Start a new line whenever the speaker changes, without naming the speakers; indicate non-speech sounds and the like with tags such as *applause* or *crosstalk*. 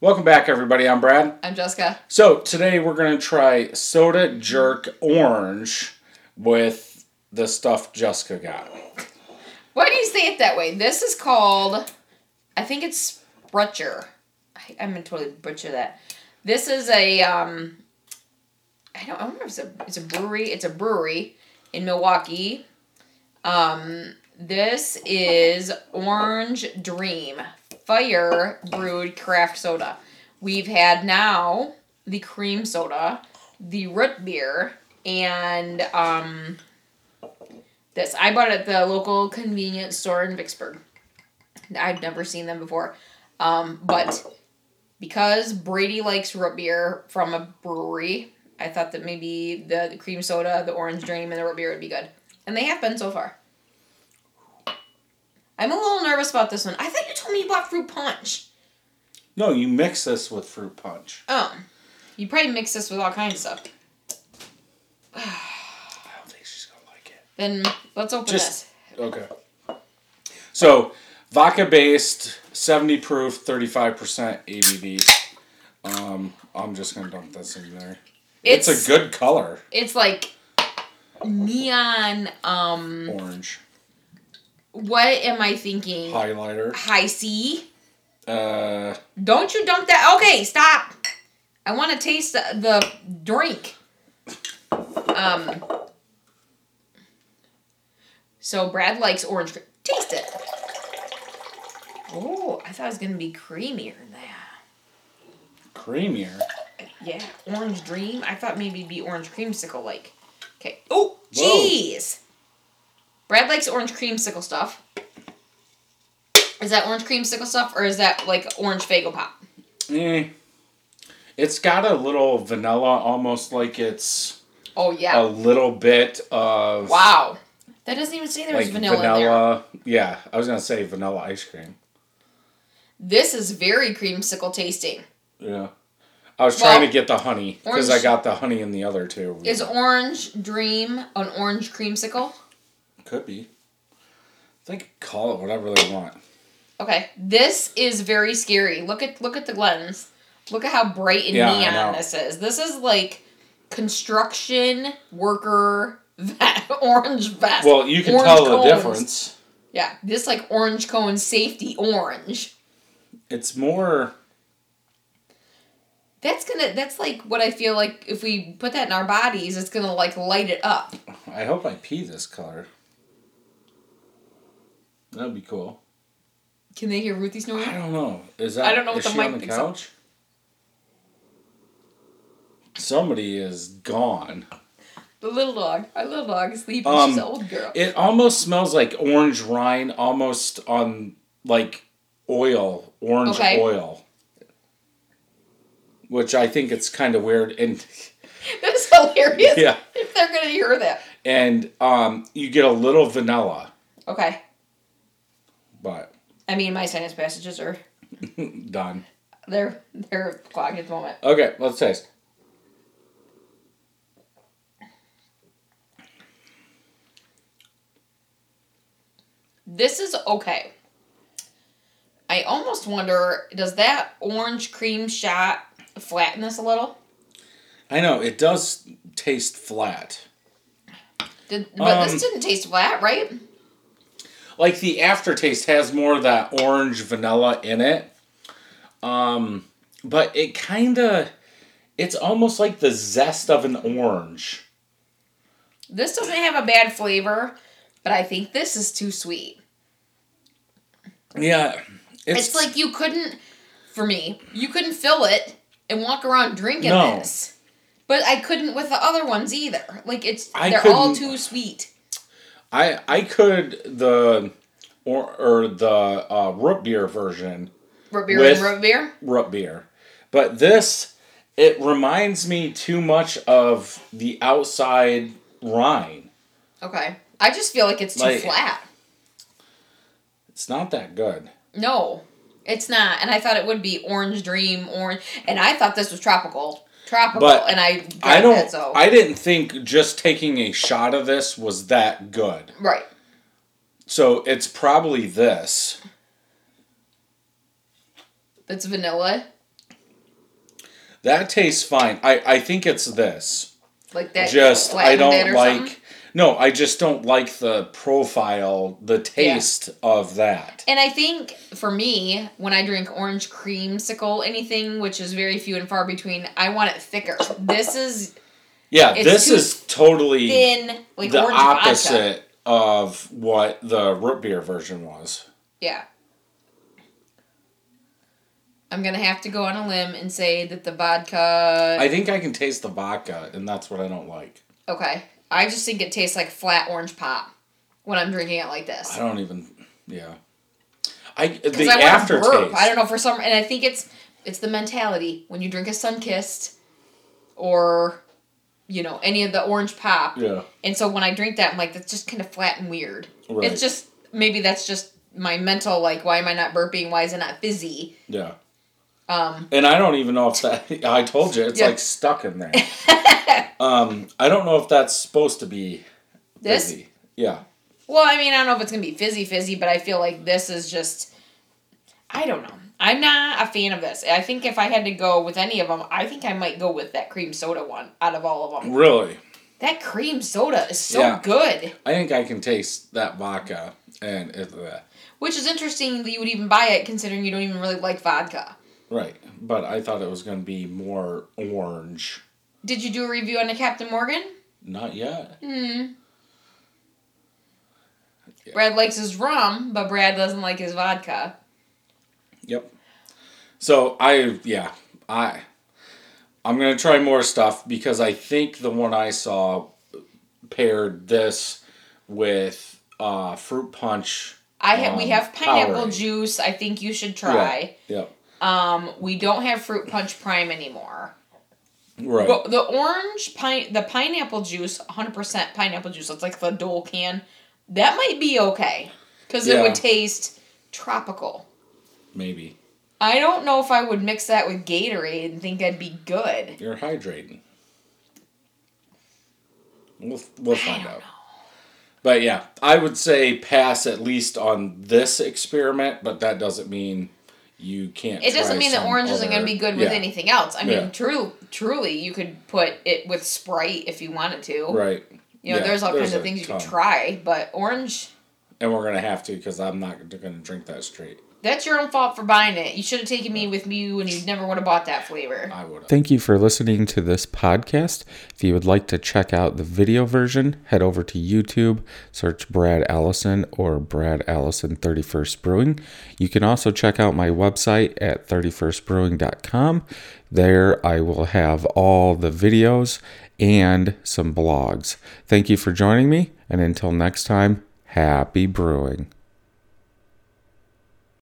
Welcome back, everybody. I'm Brad.
I'm Jessica.
So today we're gonna try soda jerk orange with the stuff Jessica got.
Why do you say it that way? This is called, I think it's Sprutcher. I, I'm gonna totally butcher that. This is a, um, I don't, I don't know if it's a, it's a brewery. It's a brewery in Milwaukee. Um, this is Orange Dream Fire Brewed Craft Soda. We've had now the cream soda, the root beer, and um, this. I bought it at the local convenience store in Vicksburg. I've never seen them before. Um, but because Brady likes root beer from a brewery, I thought that maybe the, the cream soda, the orange dream, and the root beer would be good. And they have been so far. I'm a little nervous about this one. I thought you told me you bought fruit punch.
No, you mix this with fruit punch.
Oh. You probably mix this with all kinds of stuff.
I don't think she's gonna like it.
Then let's open
Just-
this.
Okay. So, vodka based, 70 proof, 35% ABV. Um, I'm just going to dump this in there. It's,
It's-
a good color,
It's like neon um
orange.
what am I thinking?
Highlighter.
High C.
Uh,
Don't you dump that? Okay, stop. I want to taste the, the drink. Um. So Brad likes orange. cre- Taste it. Oh, I thought it was gonna be creamier than that.
creamier.
Yeah, orange dream. I thought maybe it'd be orange creamsicle like. Okay. Oh, jeez. Brad likes orange creamsicle stuff. Is that orange creamsicle stuff or is that like orange Fago Pop?
Eh. It's got a little vanilla, almost like it's
Oh yeah.
a little bit of
Wow. That doesn't even say there was
like
vanilla,
vanilla.
in there.
Yeah, I was going to say vanilla ice cream.
This is very creamsicle tasting.
Yeah. I was trying
Well,
to get the honey because I
orange-
got the honey in the other two.
Is Orange Dream an orange creamsicle?
Could be. They could call it whatever they want.
Okay. This is very scary. Look at look at the lens. Look at how bright and
Yeah, I
neon
know.
this is. This is like construction worker *laughs* ve- orange vest.
Well, you can
orange
tell the
cones.
difference.
Yeah, this like orange cone safety orange.
It's more.
That's gonna. That's like what I feel like if we put that in our bodies, it's gonna like light it up.
I hope I pee this color. That'd be cool.
Can they hear Ruthie snoring?
I don't know. Is that?
I don't know
is
what the
she
mic
on the
picks up.
couch? Somebody is gone.
The little dog. Our little dog is sleeping.
Um,
She's an old girl. *laughs*
It almost smells like orange rind, almost on like oil, orange
Okay.
oil. Which I think it's kind of weird, and
That's hilarious.
yeah,
If they're gonna hear that.
and um, you get a little vanilla,
Okay.
but
I mean, my sinus passages are
done.
they're they're clogged at the moment.
Okay, let's taste.
This is okay. I almost wonder, does that orange cream shot flatten this a little?
I know it does taste flat.
Did but
Um,
this didn't taste flat, right?
Like the aftertaste has more of that orange vanilla in it. Um, but it kind of, it's almost like the zest of an orange.
This doesn't have a bad flavor, but I think this is too sweet.
Yeah,
It's, like you couldn't, for me, you couldn't fill it and walk around drinking
No.
this. But I couldn't with the other ones either. Like it's,
I
they're all
couldn't-
too sweet.
I I could the or or the uh, root beer version
Root beer
With-
and root beer.
root beer, but this it reminds me too much of the outside rind.
Okay, I just feel like it's too
Like-
flat.
It's not that good.
No, it's not. And I thought it would be orange dream orange, and I thought this was tropical, tropical.
But
and I,
I
drank
don't.
That, so
I didn't think just taking a shot of this was that good.
right.
So it's probably this.
That's vanilla.
That tastes fine. I, I think it's this.
Like that.
just I
flattened it
don't
or
like
something?
no, I just don't like the profile, the taste of that.
And I think for me, when I drink orange creamsicle, anything which is very few and far between, I want it thicker. This is
Yeah,
It's
this
too
is totally
thin, like
the
orange vodka.
opposite of what the root beer version was.
Yeah. I'm gonna have to go on a limb and say that the vodka.
I think I can taste the vodka, and that's what I don't like.
okay, I just think it tastes like flat orange pop when I'm drinking it like this.
I don't even. Yeah. I
Because
the
I want to
aftertaste.
burp. I don't know for some, and I think it's it's the mentality when you drink a sun kissed, or, you know, any of the orange pop.
Yeah.
And so when I drink that, I'm like, that's just kind of flat and weird.
Right.
It's just maybe that's just my mental like, why am I not burping? Why is it not fizzy?
Yeah.
Um,
And I don't even know if that. *laughs* I told you it's
Yeah.
like stuck in
*laughs*
there. um, I don't know if that's supposed to be
this
fizzy. Yeah.
Well, I mean, I don't know if it's gonna be fizzy fizzy, but I feel like this is just I don't know. I'm not a fan of this. I think if I had to go with any of them, I think I might go with that cream soda one out of all of them.
Really.
That cream soda is so
Yeah.
good,
I think I can taste that vodka and it, uh,
which is interesting that you would even buy it considering you don't even really like vodka.
right, but I thought it was going to be more orange.
Did you do a review on the Captain Morgan?
Not yet.
Brad likes his rum, but Brad doesn't like his vodka.
Yep. So I yeah I I'm gonna try more stuff because I think the one I saw paired this with uh, fruit punch.
I ha- we
Um,
have pineapple
Powerade.
juice. I think you should try.
Yep.
Um, we don't have fruit punch prime anymore.
Right.
Well, the orange pine, the pineapple juice, hundred percent pineapple juice. It's like the Dole can. That might be okay because it
Yeah.
would taste tropical.
Maybe
I don't know if I would mix that with Gatorade and think that'd be good.
you're hydrating. We'll we'll find out. But yeah, I would say pass at least on this experiment, but that doesn't mean you can't.
It doesn't
try
mean that
some
orange isn't going to
other-
be good with
Yeah,
anything else. I mean,
Yeah.
true, truly, you could put it with Sprite if you wanted to.
Right.
You know,
Yeah,
there's all kinds of
a
things you
ton.
could try, but orange.
And we're gonna have to because I'm not gonna drink that straight.
That's your own fault for buying it. You should have taken me with you, and you never would have bought that flavor.
I would.
Thank you for listening to this podcast. If you would like to check out the video version, head over to YouTube, search Brad Allison or Brad Allison 31st Brewing. You can also check out my website at 31stbrewing.com. There I will have all the videos and some blogs. Thank you for joining me, and until next time, happy brewing.